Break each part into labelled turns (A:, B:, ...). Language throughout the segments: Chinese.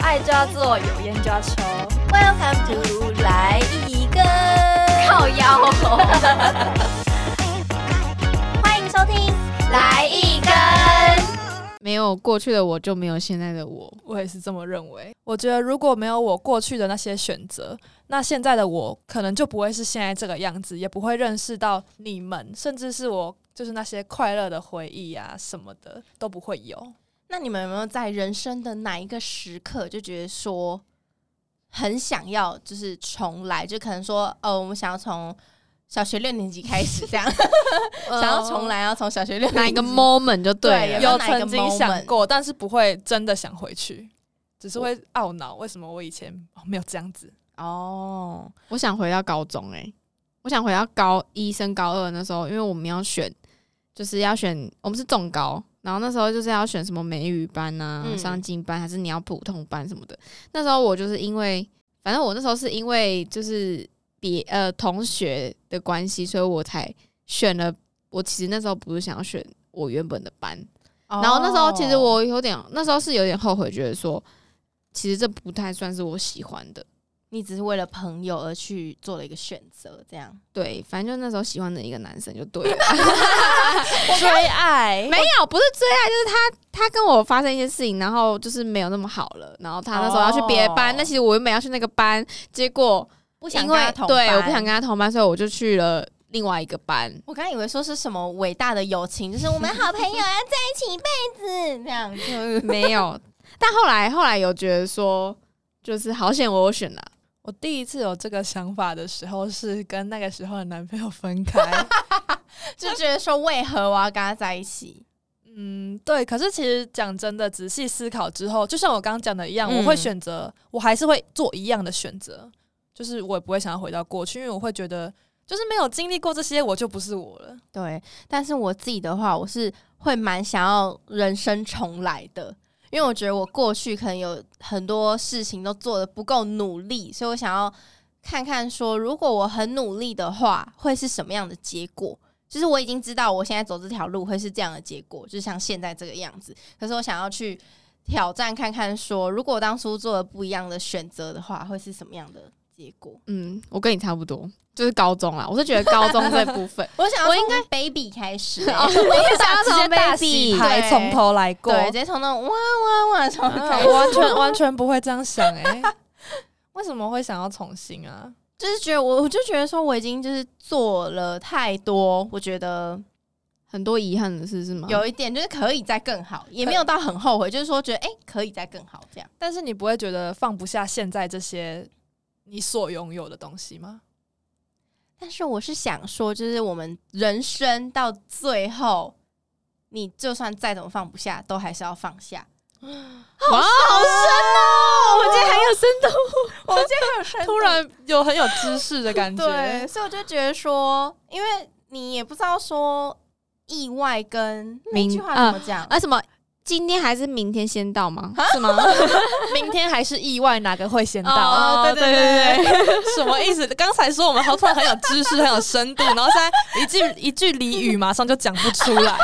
A: 爱就要做，有烟就要抽，
B: Welcome to 来一根，
A: 靠腰、
B: 欢迎收听来一根。
C: 没有过去的我，就没有现在的我。
A: 我也是这么认为。我觉得如果没有我过去的那些选择，那现在的我可能就不会是现在这个样子，也不会认识到你们，甚至是我就是那些快乐的回忆啊什么的都不会有。
B: 那你们有没有在人生的哪一个时刻就觉得说很想要就是重来？就可能说哦，我们想要从小学六年级开始 这样，想要重来，要从小学六
C: 呃哪
B: 年
C: 一
B: 级
C: 个 moment 就对了。
B: 对
A: 有
B: 哪一个
A: 曾经
B: moment？
A: 想过，但是不会真的想回去，只是会懊恼为什么我以前哦没有这样子。
B: 哦，
C: 我想回到高中、欸，我想回到高一升高二那时候，因为我们要选，就是要选我们是重高，然后那时候就是要选什么美语班啊、
B: 嗯
C: 上进班，还是你要普通班什么的。那时候我就是因为，反正我那时候是因为就是别呃同学的关系，所以我才选了。我其实那时候不是想要选我原本的班，
A: 哦
C: 然后那时候其实我有点，那时候是有点后悔，觉得说，其实这不太算是我喜欢的。
B: 你只是为了朋友而去做了一个选择，这样
C: 对，反正就那时候喜欢的一个男生就对了，
B: 追爱
C: 没有，不是追爱，就是他他跟我发生一些事情，然后就是没有那么好了，然后他那时候要去别的班
B: 哦
C: 那其实我原本要去那个班，结果
B: 不想
C: 因
B: 跟
C: 为
B: 他同
C: 对
B: 班
C: 我不想跟他同班，所以我就去了另外一个班，
B: 我刚以为说是什么伟大的友情，就是我们好朋友要在一起一辈子这样， 就
C: 没有，但后来后来有觉得说，就是好险我有选了、
A: 我第一次有这个想法的时候，是跟那个时候的男朋友分 开。
B: 就觉得说为何我要跟他在一起？
A: 嗯，对。可是其实讲真的，仔细思考之后，就像我刚刚讲的一样，
B: 嗯
A: 我会选择，我还是会做一样的选择，就是我也不会想要回到过去，因为我会觉得，就是没有经历过这些，我就不是我了。
B: 对，但是我自己的话，我是会蛮想要人生重来的，因为我觉得我过去可能有很多事情都做的不够努力，所以我想要看看说，如果我很努力的话，会是什么样的结果。就是我已经知道我现在走这条路会是这样的结果，就像现在这个样子。可是我想要去挑战看看说如果我当初做了不一样的选择的话，会是什么样的结果？，
C: 嗯，我跟你差不多，就是高中啦。我是觉得高中这部分
B: 我想要
C: 我
B: 从
C: 应
B: baby 开始、欸
C: 哦，你是想要
A: 直接
C: 从
A: 大洗
C: baby
A: 牌，
B: 对
A: 从头来过。
B: 对，直接从那种哇哇哇从
C: 嗯
B: 头
A: 啊
B: 开始
A: 我完全完全不会这样想哎、 为什么会想要重新啊？
B: 就是觉得我我就觉得说我已经就是做了太多，我觉得
C: 很多遗憾的事是吗？
B: 有一点就是可以再更好，也没有到很后悔，就是说觉得哎、诶可以再更好这样。
A: 但是你不会觉得放不下现在这些你所拥有的东西吗？
B: 但是我是想说，就是我们人生到最后，你就算再怎么放不下，都还是要放下。
C: 哇，好深哦！我今天很有深度，
B: 我们今天有深
A: 突然有很有知识的感觉，
B: 对，所以我就觉得说，因为你也不知道说意外跟那
C: 明
B: 句话怎么讲、
C: 啊，什么？今天还是明天先到吗？是 吗？
A: 明天还是意外哪个会先到？
C: 哦，对对对，
A: 什么意思？刚才说我们好突然很有知识、很有深度，然后现在一句一句俚语马上就讲不出 来，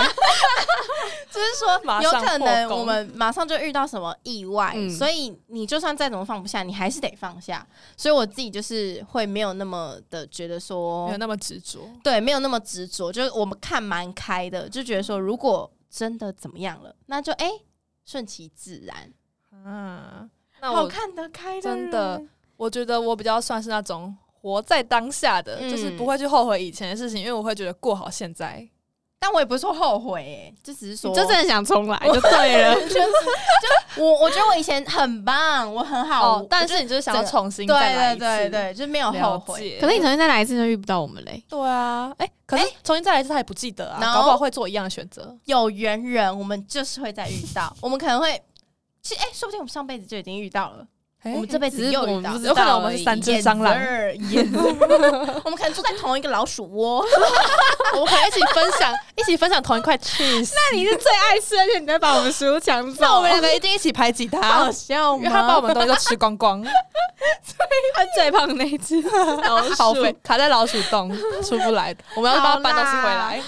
B: 就是说
A: 马，
B: 有
A: 上
B: 可
A: 破
B: 能
A: 功
B: 我们马上就遇到什么意外，
C: 嗯
B: 所以你就算再怎么放不下，你还是得放下。所以我自己就是会没有那么的觉得
A: 没
B: 说
A: 有，那么执着。
B: 对，没有那么执着，就是我们看蛮开的，就觉得说，如果真的怎么样了，那就哎顺、其自然，
A: 嗯，那
B: 好
A: 我
B: 看得开啊的人
A: 真的，我觉得我比较算是那种活在当下的，
B: 嗯
A: 就是不会去后悔以前的事情，因为我会觉得过好现在。
B: 但我也不是说后悔、哎，就只是说，
C: 你就真的想重来
A: 哦
C: 就对 了。
B: 我我觉得我以前很棒，我很好，
A: 哦，但是你就是想要
B: 这个
A: 重新
B: 对
A: 再
B: 对
A: 来一
B: 对
A: 次，
B: 对，就是没有后
A: 了
B: 悔。
A: 解。
C: 可是你重新再来一次就遇不到我们嘞。
A: 对啊，哎、可是重新再来一次，他也不记得啊
B: No
A: 搞不好会做一样的 选择。
B: 有缘人，我们就是会再遇 到，我们可能会，其实哎、说不定我们上辈子就已经遇到了，我们这辈子
C: 只是
B: 又
C: 我
B: 遇
C: 们
B: 到
C: 不
B: 了，
C: 知
A: 有可能
C: 道
A: 我
C: 而
A: 们是
C: 已
A: 三只蟑螂，
B: Yes, sir. 我们可能住在同一个老鼠窝，
A: 我们可能一起分享，一起分享同一块 cheese。
C: 那你是最爱吃，而且你在把我们食物抢
A: 那我
C: 走
A: 们，两个一定一起排挤他
B: 好，笑哦
A: 因为他把
B: 吗？
A: 我们东西都吃光光，
C: 他最胖那一只 老
A: 好肥，卡在老鼠洞 出不来，我们要帮他搬东西回
B: 好
A: 来。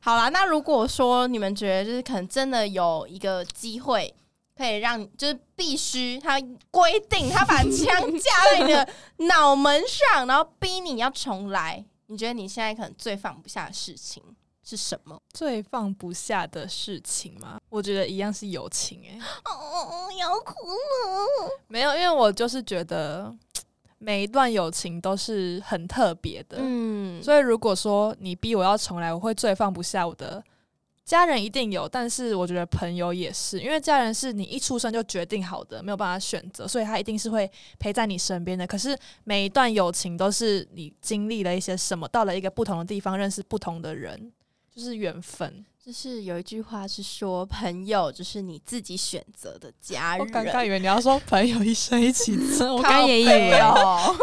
B: 好啦，那如果说你们觉得就是可能真的有一个机会可以让就是必须，他规定他把枪架在你的脑门上，然后逼你要重来。你觉得你现在可能最放不下的事情是什么？
A: 最放不下的事情吗？我觉得一样是友情、 欸，
B: 哦，要哭哦了。
A: 没有，因为我就是觉得每一段友情都是很特别的，
B: 嗯，
A: 所以如果说你逼我要重来，我会最放不下我的家人一定有，但是我觉得朋友也是，因为家人是你一出生就决定好的，没有办法选择，所以他一定是会陪在你身边的。可是每一段友情都是你经历了一些什么，到了一个不同的地方，认识不同的人，就是缘分。
B: 就是有一句话是说，朋友就是你自己选择的家
A: 我
B: 人。哦
A: 刚刚以为你要说朋友一生一起走，我
C: 刚刚也以
B: 没
C: 为
B: 有，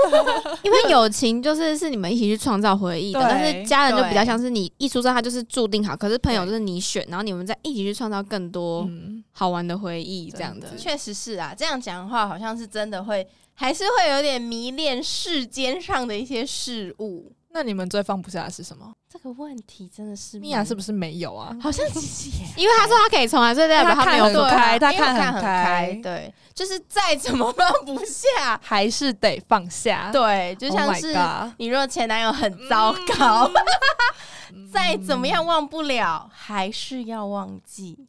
C: 因为友情就是是你们一起去创造回忆的，
A: 对
C: 但是家人就
B: 对
C: 比较像是你一出生他就是注定好，可是朋友
A: 对
C: 就是你选，然后你们再一起去创造更多
A: 嗯，
C: 好玩的回忆，这样的
A: 真。的
B: 确实是啊，这样讲的话，好像是真的会，还是会有点迷恋世间上的一些事物。
A: 那你们最放不下的是什么？
B: 这个问题真的是
A: 米娅是不
B: 是？
A: 是没有啊？
B: 好像其实 也
C: 因为他说他可以重来，所以代表
A: 他
C: 他
A: 看
C: 没有
A: 很
C: 做
A: 多。开他
B: 因为我
A: 看
B: 看
A: 很
B: 开
A: 开，
B: 对，就是再怎么放不下，
A: 还是得放下。
B: 对，就
A: Oh
B: 像
A: my
B: 是
A: God
B: 你若前男友很糟糕，
A: 嗯
B: 再怎么样忘不了，还是要忘记。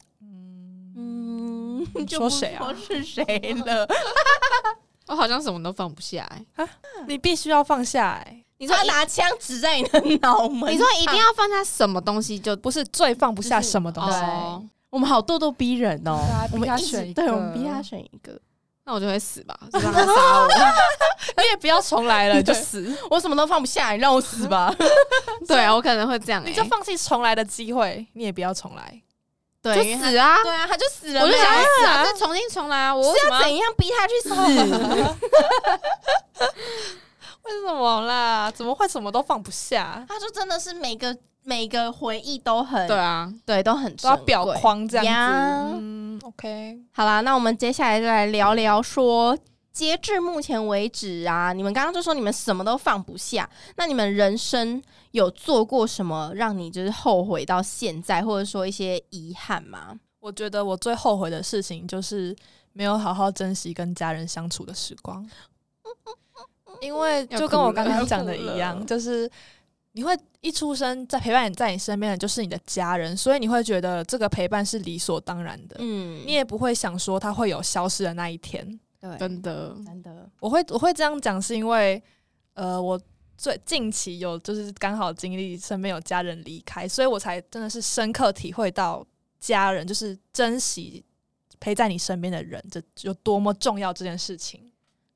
B: 嗯，就
A: 说
B: 不
A: 谁啊
B: 说是谁了？
C: 我好像什么都放不下、欸。
A: 你必须要放下、欸，
B: 你说他拿枪指在你的脑门上，
C: 你说一定要放下什么东西就
A: 不是最放不下
B: 就是
A: 什么东西。
C: 哦，
B: 我们好咄咄逼人哦
A: 对啊，
B: 我
A: 逼
B: 们
A: 他
B: 一直
A: 选一
B: 对，
A: 个
B: 我们逼他选一个。
C: 那我就会死吧，就让他杀我。
A: 你也不要重来 了，你就
B: 对
A: 死，
B: 我什么都放不下，你让我死吧。
C: 对啊，我可能会这样、欸，
A: 你就放弃重来的机会，你也不要重来。
B: 对
C: 就
B: 因为他
C: 死啊！
B: 对啊，他就死了呗。
C: 我就想要死啊，
B: 是
C: 再重新重来啊！我为什
B: 要
C: 么要
B: 怎样逼他去 死？
A: 为什么啦？怎么会什么都放不下？
B: 他就真的是每个每个回忆都很
C: 对啊？
B: 对都很
A: 都要
B: 珍
A: 表
B: 贵
A: 框这样
B: 呀
A: 子。嗯，OK，
B: 好啦，那我们接下来就来聊聊说，截至目前为止啊，你们刚刚就说你们什么都放不下，那你们人生有做过什么让你就是后悔到现在，或者说一些遗憾吗？
A: 我觉得我最后悔的事情就是没有好好珍惜跟家人相处的时光，因为就跟我刚刚讲的一
B: 要哭
A: 样，
B: 了
A: 就是你会一出生在陪伴你在你身边的就是你的家人，所以你会觉得这个陪伴是理所当然的，
B: 嗯
A: 你也不会想说他会有消失的那一天。
B: 对，
C: 真的，
B: 真的，
A: 我会我会这样讲是因为，呃，我最近期有就是刚好经历身边有家人离开，所以我才真的是深刻体会到家人就是珍惜陪在你身边的人，这有多么重要这件事情。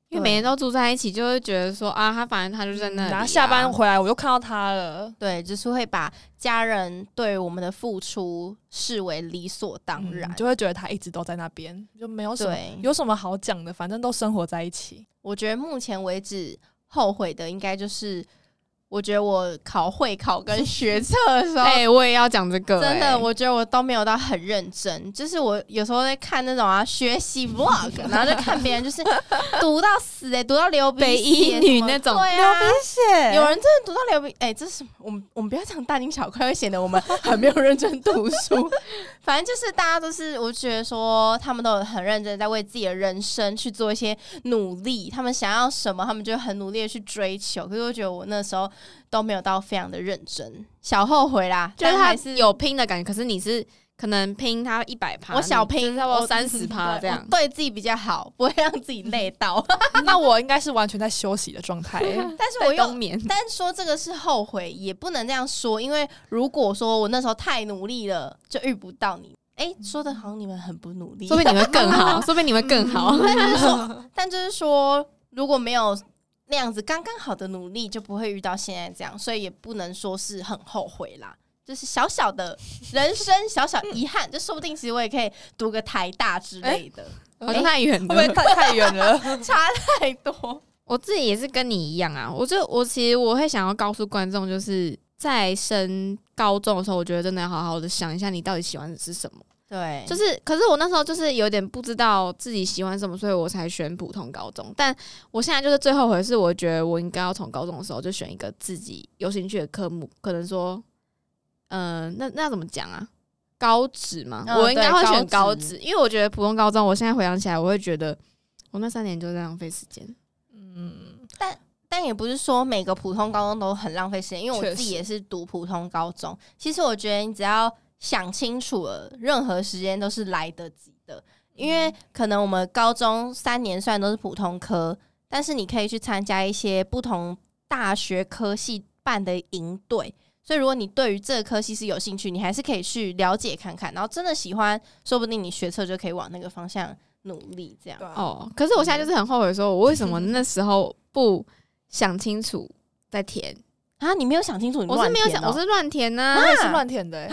C: 因为每天都住在一起，就会觉得说啊，他反正他就在那里、啊。
A: 然后下班回来我又看到他了，
B: 对，就是会把家人对我们的付出视为理所当然。
A: 嗯就会觉得他一直都在那边，就没有什么
B: 对，
A: 有什么好讲的，反正都生活在一起。
B: 我觉得目前为止后悔的应该就是，我觉得我考会考跟学测的时候，
C: 哎、我也要讲这个、
B: 真
C: 哎
B: 的，我觉得我都没有到很认真，就是我有时候在看那种啊学 习 vlog，然后就看别人就是读到死哎、欸，读到流鼻
C: 北一
B: 血
C: 女
B: 什么
C: 那种
B: 对啊，
A: 谢
B: 有人真的读到流鼻哎、这是什么我们我们不要讲大惊小怪，会显得我们很没有认真读 书。反正就是大家都是，我觉得说他们都有很认真在为自己的人生去做一些努力，他们想要什么，他们就很努力的去追求。可是我觉得我那时候都没有到非常的认真，小后悔啦，
C: 就是
B: 但
C: 他
B: 还是
C: 有拼的感觉，可是你是可能拼他一百趴，
B: 我小
C: 你就是
B: 拼
C: 差不多三十趴这样
B: 我。对自己比较好，不会让自己累到。
A: 那我应该是完全在休息的状态、
B: 但是我
C: 在冬
B: 又，
C: 眠，
B: 但说这个是后悔，也不能这样说，因为如果说我那时候太努力了，就遇不到你。哎、说的好像你们很不努力，
C: 说不定你会更 好，说不定你会更好。
B: 但就是说，如果没有那样子刚刚好的努力，就不会遇到现在这样，所以也不能说是很后悔啦。就是小小的人生小小遗憾，就说不定其实我也可以读个台大之类的，
C: 好像太远
A: 会不会
C: 了。
A: 太太远了？
B: 差太多。
C: 我自己也是跟你一样啊，我就我其实我会想要告诉观众，就是在升高中的时候，我觉得真的要好好的想一下，你到底喜欢的是什么。
B: 对
C: 就是是，可是我那时候就是有点不知道自己喜欢什么，所以我才选普通高中。但我现在就是最后悔的是，我觉得我应该要从高中的时候就选一呃个自己有兴趣的科目，可能说，嗯、那那要怎么讲啊？高职嘛，
B: 嗯
C: 我应该
B: 对
C: 会选
B: 高
C: 高
B: 职
C: 职，因为我觉得普通高中，我现在回想起来，我会觉得我那三年就在浪费时间。
A: 嗯，
B: 但也不是说每个普通高中都很浪费时间，因为我
A: 确
B: 自己
A: 实
B: 也是读普通高中。其实我觉得你只要想清楚了，任何时间都是来得及的。因
C: 嗯
B: 为可能我们高中三年虽然都是普通科，但是你可以去参加一些不同大学科系办的营队。所以，如果你对于这个科系是有兴趣，你还是可以去了解看看，然后真的喜欢，说不定你学测就可以往那个方向努力。这样
A: 对，啊，
C: 哦，可是我现在就是很后悔，说我为什么那时候不想清楚再填？
B: 啊，你没有想清楚，你
C: 我是
B: 乱
C: 没有
B: 填
C: 想，
B: 哦
C: 我是乱填啊呐、
A: 我也是乱填的、欸，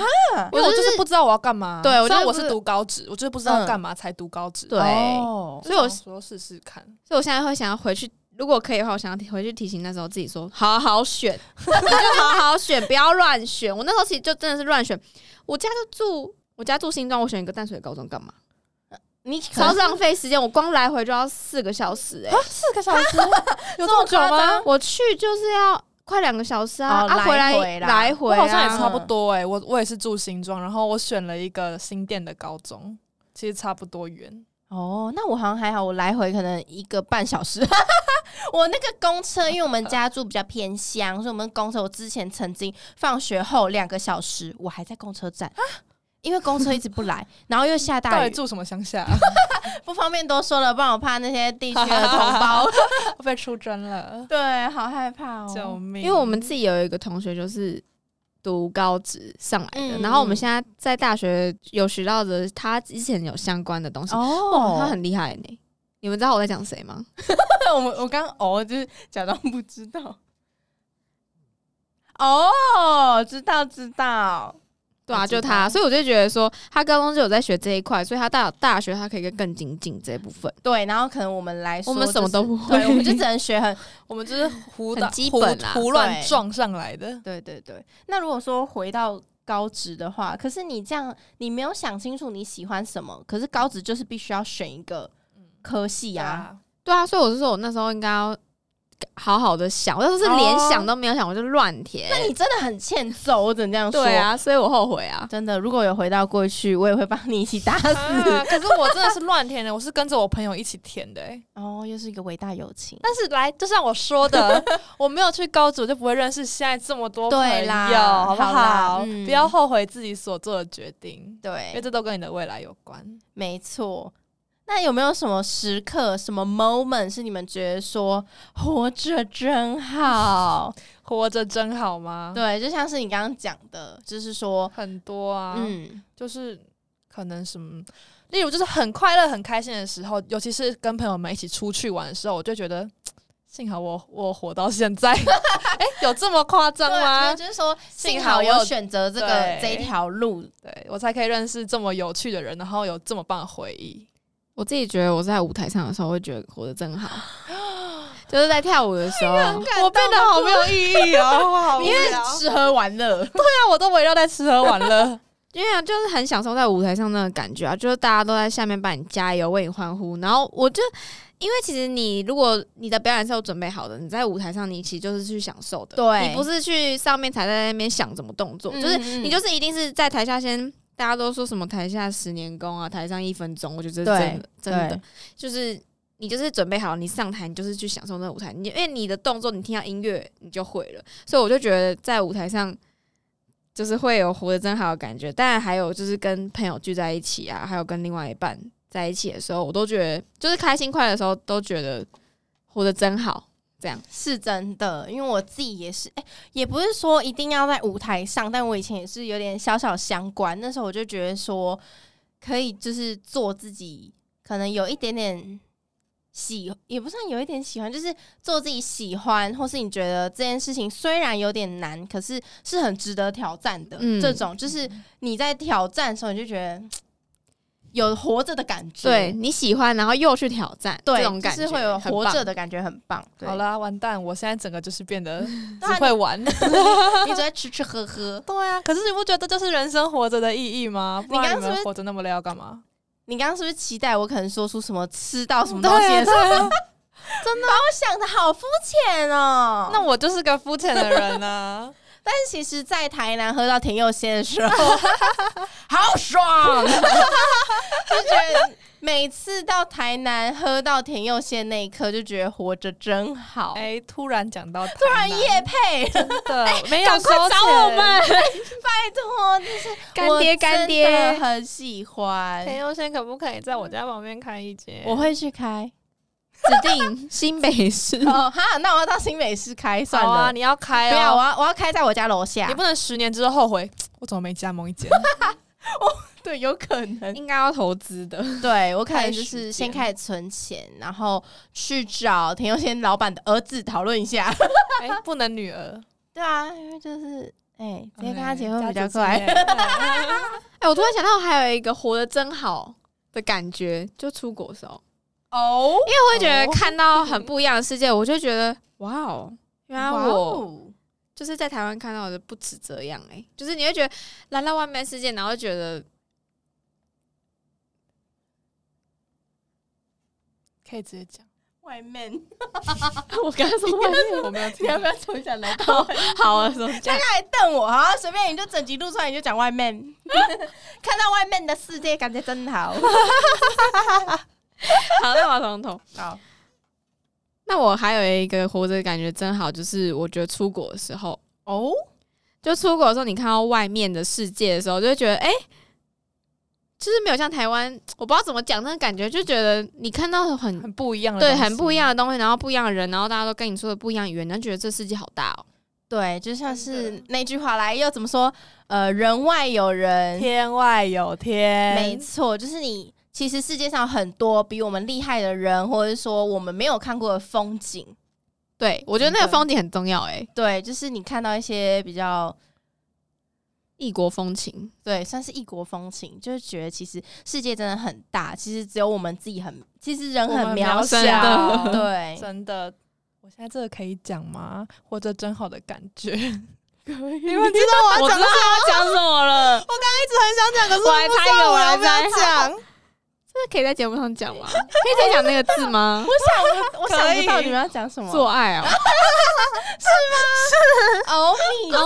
A: 因为我就是不知道我要干嘛。
C: 啊对我
A: 虽然
C: 就是
A: 我
C: 不嗯
A: 是读高职，我就是不知道干嘛才读高职。
B: 对
A: 哦
C: 所以我嗯
A: 就想说试试看，
C: 所以我现在会想要回去，如果可以的话，我想要提回去提醒那时候自己说，好好选， 你就好好选，不要乱选。我那时候其实就真的是乱选，我家就住。我家住新庄，我选一个淡水高中 干嘛？
B: 你
C: 超
B: 考上。
C: 浪费时间，我光来回就要四个小时 哎、
A: 四个小时
B: 这
A: 有这么久
B: 么夸
A: 吗
B: 张？
C: 我去就是要快两个小时啊，
B: 哦
C: 啊回
B: 来回
C: 来
B: 啦
C: 来
A: 我
C: 回、啊，
A: 好像也差不多哎、我我也是住新庄，然后我选了一个新店的高中，其实差不多远。
B: 哦，那我好像还好，我来回可能一个半小时。 我那个公车，因为我们家住比较偏乡，所以我们公车我之前曾经放学后两个小时，我还在公车站，因为公车一直不 来，然后又下
A: 到
B: 大
A: 底
B: 雨，
A: 住什么乡下、啊
B: 不方便多说了，不然我怕那些地区的同 胞。
A: 被出征 了，
B: 对，好害怕
A: 救
B: 哦。
A: 命！
C: 因为我们自己有一个同学就是读高职上来的，
B: 嗯
C: 然后我们现在在大学有学到的，他之前有相关的东西，
B: 哦
C: 他很厉害呢、你们知道我在讲谁吗？
B: 我们我刚哦，就是假装不知道。哦，知道知道，
C: 对啊，
B: 我知道
C: 就他，所以我就觉得说，他高中就有在学这一块，所以他到大学他可以更更精进这一部分。
B: 对，然后可能我们来说
C: 我
B: 就是、
C: 们什么都不会
B: 对，我们 就只能学很
A: 我们就是胡打
C: 很基本啦
A: 胡胡乱
B: 对
A: 撞上来的。
B: 对对对。那如果说回到高职的话，可是你这样你没有想清楚你喜欢什么，可是高职就是必须要选一个科系
A: 对
B: 啊。
A: 啊，
C: 嗯对啊，所以我就说我那时候应该要好好的想，我当时是连想都没有想，我就乱填。
B: 那你真的很欠揍，我只能这样说。
C: 对，啊，所以我后悔啊。
B: 真的，如果有回到过去，我也会帮你一起 打死。
A: 啊 可是我真的是乱填的，我是跟着我朋友一起填的、欸。
B: 哦，又是一个伟大友情。
A: 但是来，就像我说 的，我没有去高职，我就不会认识现在这么多朋
B: 对
A: 友，
B: 啦
A: 好不
B: 好啦嗯
A: 不要后悔自己所做的决定，因为
B: 对，
A: 这都跟你的未来有关。
B: 没错。那有没有什么时刻、什么 moment 是你们觉得说活着真好？
A: 活着真好吗？，
B: 对，就像是你刚刚讲的，就是说，
A: 很多啊，
B: 嗯，
A: 就是可能什么，例如就是很快乐、很开心的时候，尤其是跟朋友们一起出去玩的时候，我就觉得幸好我我活到现 在。哎、有这么夸张
B: 对，
A: 吗？
B: 就是说，幸
A: 幸
B: 好
A: 好
B: 有
A: 有
B: 选择这个
A: 对
B: 这一条路。
A: 对我才可以认识这么有趣的人，然后有这么棒的回忆。
C: 我自己觉得我在舞台上的时候，会觉得活得真好，就是在跳舞的时候，
A: 我变得好没有意义哦，我 好无
B: 因为
A: 聊。
B: 吃喝玩乐，
A: 那啊我都围绕在吃喝玩乐，
C: 因为就是很享受在舞台上那个感觉啊，就是大家都在下面帮你加油、为你欢呼，然后我就因为其实你如果你的表演是有准备好的，你在舞台上你其实就是去享受的，
B: 对
C: 你不是去上面才在那边想怎么动作，就是
B: 嗯嗯
C: 你就是一定是在台下先。大家都说什么台下十年功啊，台上一分钟，我觉得这是真的，真的
B: 对
C: 就是你就是准备好，你上台你就是去享受那个舞台，你因为你的动作，你听到音乐你就会了，所以我就觉得在舞台上就是会有活得真好的感觉。当然还有就是跟朋友聚在一起啊，还有跟另外一半在一起的时候，我都觉得就是开心快乐的时候，都觉得活得真好。这样
B: 是真的，因为我自己也是，哎、也不是说一定要在舞台上，但我以前也是有点小小相关。那时候我就觉得说，可以就是做自己，可能有一点点喜，也不算有一点喜欢，就是做自己喜欢，或是你觉得这件事情虽然有点难，可是是很值得挑战的。
C: 嗯
B: 这种就是你在挑战的时候，你就觉得嘖有活着的感觉，
C: 对你喜欢，然后又去挑战，
B: 对，
C: 这种感觉
B: 就是会有
C: 很
B: 活
C: 棒
B: 着的感觉，很棒。 对
A: 好，啦，完蛋！我现在整个就是变 得只
B: 对啊
A: 会玩。
B: 你只会吃吃喝喝。
A: 对啊，可是你不觉得这就是人生活着的意义吗？不
B: 你刚
A: 然
B: 刚
A: 你
B: 是不是
A: 们活着那么累要干嘛？
B: 你刚刚是不是期待我可能说出什么吃到什么
A: 对
B: 东西
A: 啊
B: 的时候？
A: 对啊
B: 我想的好肤浅哦。
A: 那我就是个肤浅的人啊。
B: 但是其实，在台南喝到田佑先的时候，好爽， 就觉得每次到台南喝到田佑先那一刻，就觉得活着真 好。哎
A: 哎、突然讲到，突
B: 突然夜哎配，
A: 真的、没有
C: 赶
A: 收
C: 快
A: 钱，
C: 找我们，
B: 拜托，就是
C: 干爹干爹
B: 我真的很喜
A: 田
B: 欢，
A: 优先可不可以哎在我家旁边开一间？
B: 我会去开。
C: 指定新北市。
B: 哦哈，那我要到新美市开算
A: 好啊，
B: 了。
A: 你要开
B: 不要，我
A: 哦，
B: 要我要开在我家楼下
A: 你。不能十年之后后悔，我怎么没加盟一 间？
B: 对，有可能。
C: 应该要投资的，
B: 对我可能就
C: 开始
B: 是
C: 点
B: 先开始存钱，然后去找田佑先老板的儿子讨论一下。
A: 哎、不能女儿，
B: 对啊，因为就是哎、直接跟他
A: OK，
B: 结婚比较
A: 家族之
B: 快。
A: 类的。
C: 哎、我突然想到还有一个活得真好的感觉，就出国的时候，
A: 哦，
C: 因为会觉得
A: 哦
C: 看到很不一样的世界，我就觉得哇哦，原 来我
B: 哦
C: 就是在台湾看到的不止这样哎、就是你会觉得来到外面世界，然后觉得
A: 可以直接讲，
B: 外面，
C: 我刚刚说外面
A: 我没有听
B: 你。要不要重讲来？
C: 好了，说这
B: 大家
C: 样
B: 还瞪我，好，随便你就整集录出来，你就讲外面， 看到外面的世界，感觉真 好。
C: 好，那我从头。
B: 好，
C: 那我还有一个活着的感觉真好，就是我觉得出国的时候，
B: 哦，
C: 就出国的时候，你看到外面的世界的时候，就会觉得哎、诶就是没有像台湾，我不知道怎么讲那个感觉，就觉得你看到很
A: 很不一样的东
C: 对
A: 西，
C: 很不一样的东西，然后不一样的人，然后大家都跟你说的不一样的语言，然后觉得这世界好大哦。
B: 对，就像
A: 真
B: 是那句话来，又怎么说？呃，人外有人，
A: 天外有天，
B: 没错，就是你。其实世界上很多比我们厉害的人，或者是说我们没有看过的风景，
C: 对，我觉得那个
A: 真的
C: 风景很重要哎、诶
B: 对，就是你看到一些比较
C: 异国风情。
B: 对，算是异国风情，就是觉得其实世界真的很大，其实只有我们自己很，其实人
A: 我
B: 很
A: 们
B: 渺
A: 渺
B: 小，
A: 小
B: 对，
A: 真的。我现在这个可以讲吗？活着真好的感觉，
B: 你们知道
C: 我知道要讲什么 了，我
B: 讲可
C: 是我来猜一个，我来猜，
B: 讲，
C: 这可以在节目上讲吗？可以再讲那个 字吗？
B: 我想
A: 可
B: 不
A: 以
B: 到你们要讲什么。
C: 做 爱啊！
B: 欧米伽，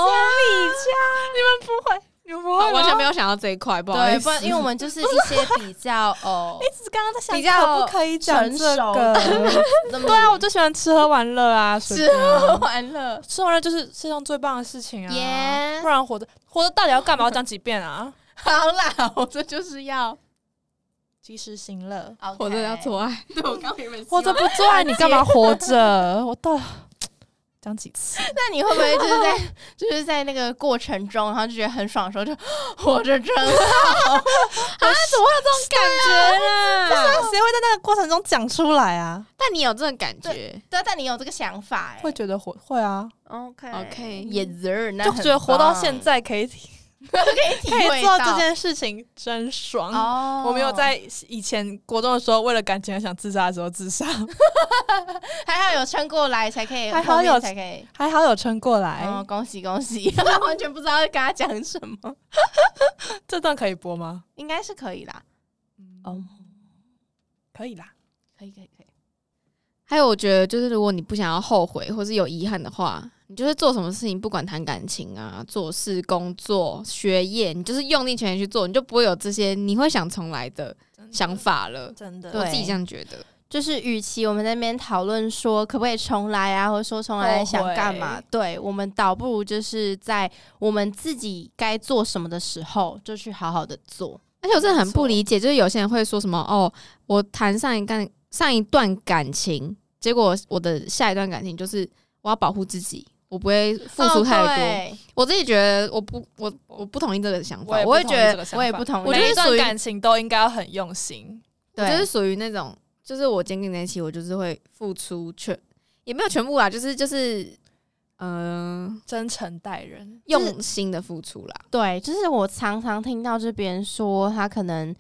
A: 你们不会，你们不
C: 我完全没
A: 有。
C: 有想到这一块，不好意
B: 对，
C: 思
B: 不。然因为我们就是一些比较 哦
A: 一直刚刚在想，
B: 比较
A: 可不可以讲
B: 成
A: 这
B: 熟
A: 个？对啊，我就喜欢吃喝玩乐啊，随
B: 吃
A: 便啊
B: 喝玩乐，
A: 吃完了就是世界上最棒的事情啊
B: Yeah
A: 不然活着活着到底要干嘛？我讲几遍啊？
B: 好啦，我这就是要
A: 及时行乐，
C: 活着要，做爱，
B: 对我刚原本
A: 活着不做爱，你干嘛活着？我到讲几次？
B: 那你会不会就是在 就是在那个过程中，然后就觉得很爽的时候就， 活着真好？
A: 啊
C: 感觉啊！
A: 谁会在那个过程中讲出来啊？
C: 但你有这种感觉，
B: 对，但你有这个想法、欸，
A: 会觉得活会啊，
B: OK
C: OK
B: 也是，那
A: 就觉得活到现
B: 在
A: 在可以体
B: 可以体
A: 可以
B: 会
A: 做
B: 到
A: 这件事情真爽。
B: 哦
A: 我没有，在以前国中的时候为了感情而想自杀的时候自杀，
B: 还好有撑过来才可以，
A: 还好
B: 后面
A: 有
B: 才可以。
A: 还好有撑过来。
B: 哦，恭喜恭喜！ 完全不知道要跟他讲什么，
A: 这段可以播吗？
B: 应该是可以啦。
A: 哦，可以啦。
B: 可以可以可以。
C: 还有我觉得就是如果你不想要后悔或是有遗憾的话，你就是做什么事情，不管谈感情啊、做事、工作、学业，你就是用力全力去做，你就不会有这些你会想重来的想法了。
A: 真的
C: 我
B: 对
C: 自己这样觉得，
B: 就是，与其我们在那边讨论说可不可以重来啊，或者说重来想干
A: 后
B: 嘛
A: 悔，
B: 对我们倒不如就是在我们自己该做什么的时候，就去好好的做。
C: 而且我真的很
A: 没错
C: 不理解，就是有些人会说什么哦，我谈上一段上一段感情，结果我的下一段感情就是我要保护自己，我不会付出太多。
B: 对
C: 我自己觉得我不我我不同意这个想法，
A: 也
C: 我会
A: 不
C: 觉
A: 同意
C: 得
A: 这个想
B: 我也
A: 法
B: 不同意
A: 我觉得
C: 每
A: 一
C: 一段
A: 段感
C: 感
A: 情都应该要很用心，
C: 我
B: 对，
C: 就是属于那种，就是我今天跟你在一起，我就是会付出全，也没有全部啦，就是就是，嗯、
A: 真诚待人。
B: 就是
C: 用心的付出啦。
B: 对，就是我常常听到这边说，他可能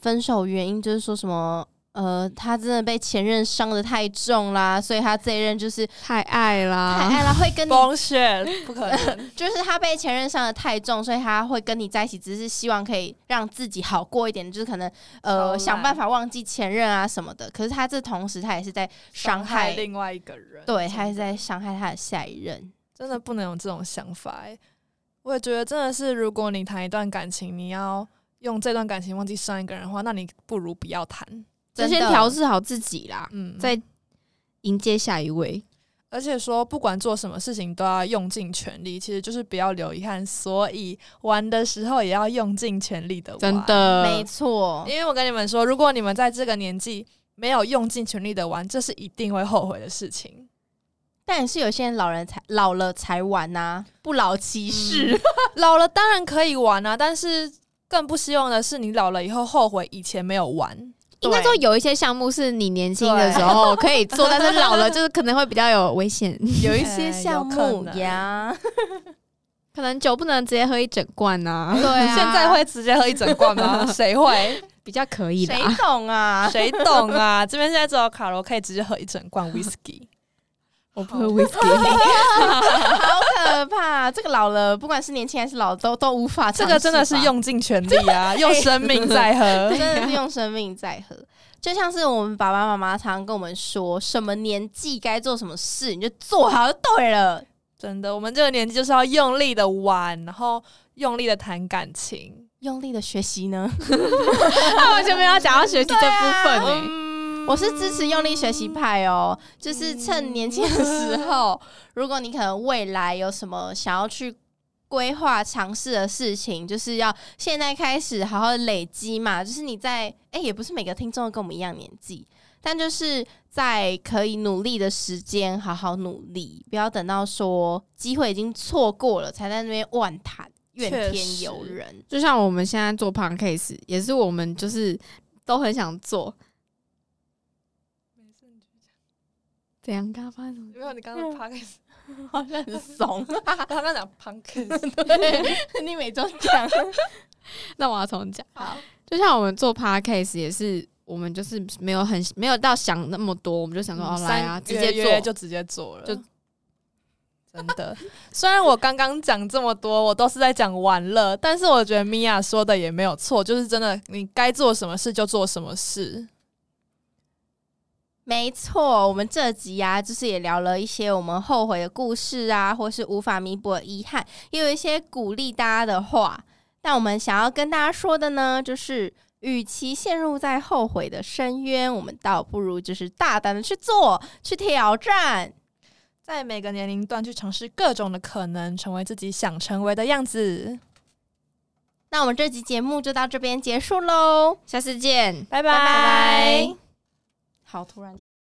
B: 分手原因就是说什么，呃，他真的被前任伤的太重啦，所以他这一任就是
C: 太爱啦，
B: 太爱了，会跟你，
A: 崩血不可 能，
B: 就是他被前任伤的太重，所以他会跟你在一起，只是希望可以让自己好过一点，就是可能
A: 超
B: 呃
A: 烂
B: 想办法忘记前任啊什么的。可是他这同时他也是在伤害，
A: 另外一个人，
B: 对，
A: 真
B: 他也是
A: 的
B: 在伤害他的下一任。
A: 真的不能有这种想法哎、我也觉得真的是，如果你谈一段感情，你要用这段感情忘记上一个人的话，那你不如不要谈。
C: 就先
B: 真的
C: 调试好自己啦，
A: 嗯，
C: 再迎接下一位。
A: 而且说不管做什么事情都要用尽全力，其实就是不要留遗憾。所以玩的时候也要用尽全力的玩。
C: 真，
A: 呃
C: 的，
B: 没错，
A: 因为我跟你们说，如果你们在这个年纪没有用尽全力的玩，这是一定会后悔的事情。
B: 但也是有些人老人才老了才玩呐、不老骑士。
A: 老了当然可以玩啊，但是更不希望的是你老了以后后悔以前没有玩。
C: 应该说有一些项目是你年轻的时候可以 做，但是老了就是可能会比较有危险，
B: 有一
A: 哎
B: 些项
A: 有可
B: 目
A: 能
B: 呀，
C: 可能酒不能直接喝一整罐啊，
B: 对啊，
A: 现在会直接喝一整罐 吗？谁会？
C: 比较可以
B: 谁
C: 啦。
B: 懂 啊？
A: 谁懂啊？这边现在只有卡罗可以直接喝一整 罐 whisky。
C: 我不喝 whisky，
B: 好可怕！这个老了，不管是年轻还是老，都都无法
A: 这
B: 尝试吧。
A: 个真的是用尽全力 啊，用生命在喝
B: 真。的是用生命在喝。就像是我们爸爸妈妈常常跟我们说，什么年纪该做什么事，你就做好就对了。
A: 真的，我们这个年纪就是要用力的玩，然后用力的谈感情。
B: 用力的学习呢，
C: 他完全没有讲到学习这部分欸诶、
A: 嗯
B: 我是支持用力学习派哦。就是趁年轻的时
A: 嗯
B: 候，如果你可能未来有什么想要去规划尝试的事情，就是要现在开始好好累积嘛。就是你在哎、也不是每个听众都跟我们一样年纪，但就是在可以努力的时间好好努力，不要等到说机会已经错过了才在那边妄谈怨
A: 确
B: 天
A: 实
B: 尤人。
C: 就像我们现在做 p o d c a s e 也是我们就是都很想做。怎样？刚刚发生什么？
A: 没有你刚刚 p a r k
B: 好像很怂，
A: 嗯 他刚刚讲 p a r k
B: 对你每周讲
C: 那我要重讲。
B: 好，
C: 就像我们做 podcast 也是，我们就是没有很没有到想那么多，我们就想说、
B: 嗯
A: 嗯
C: 哦来啊，直接做。
A: 就直接做了，
C: 就
A: 真的。虽然我刚刚讲这么多，我都是在讲玩乐，但是我觉得米娅说的也没有错，就是真的，你该做什么事就做什么事。
B: 没错，我们这集呀、就是也聊了一些我们后悔的故事啊，或是无法弥补的遗憾，也有一些鼓励大家的话。但我们想要跟大家说的呢，就是与其陷入在后悔的深渊，我们倒不如就是大胆的去做，去挑战。
A: 在每个年龄段去尝试各种的可能，成为自己想成为的样子。
B: 那我们这集节目就到这边结束喽，
C: 下次见。
A: 拜
B: 拜
A: 拜
B: 拜。好，突然。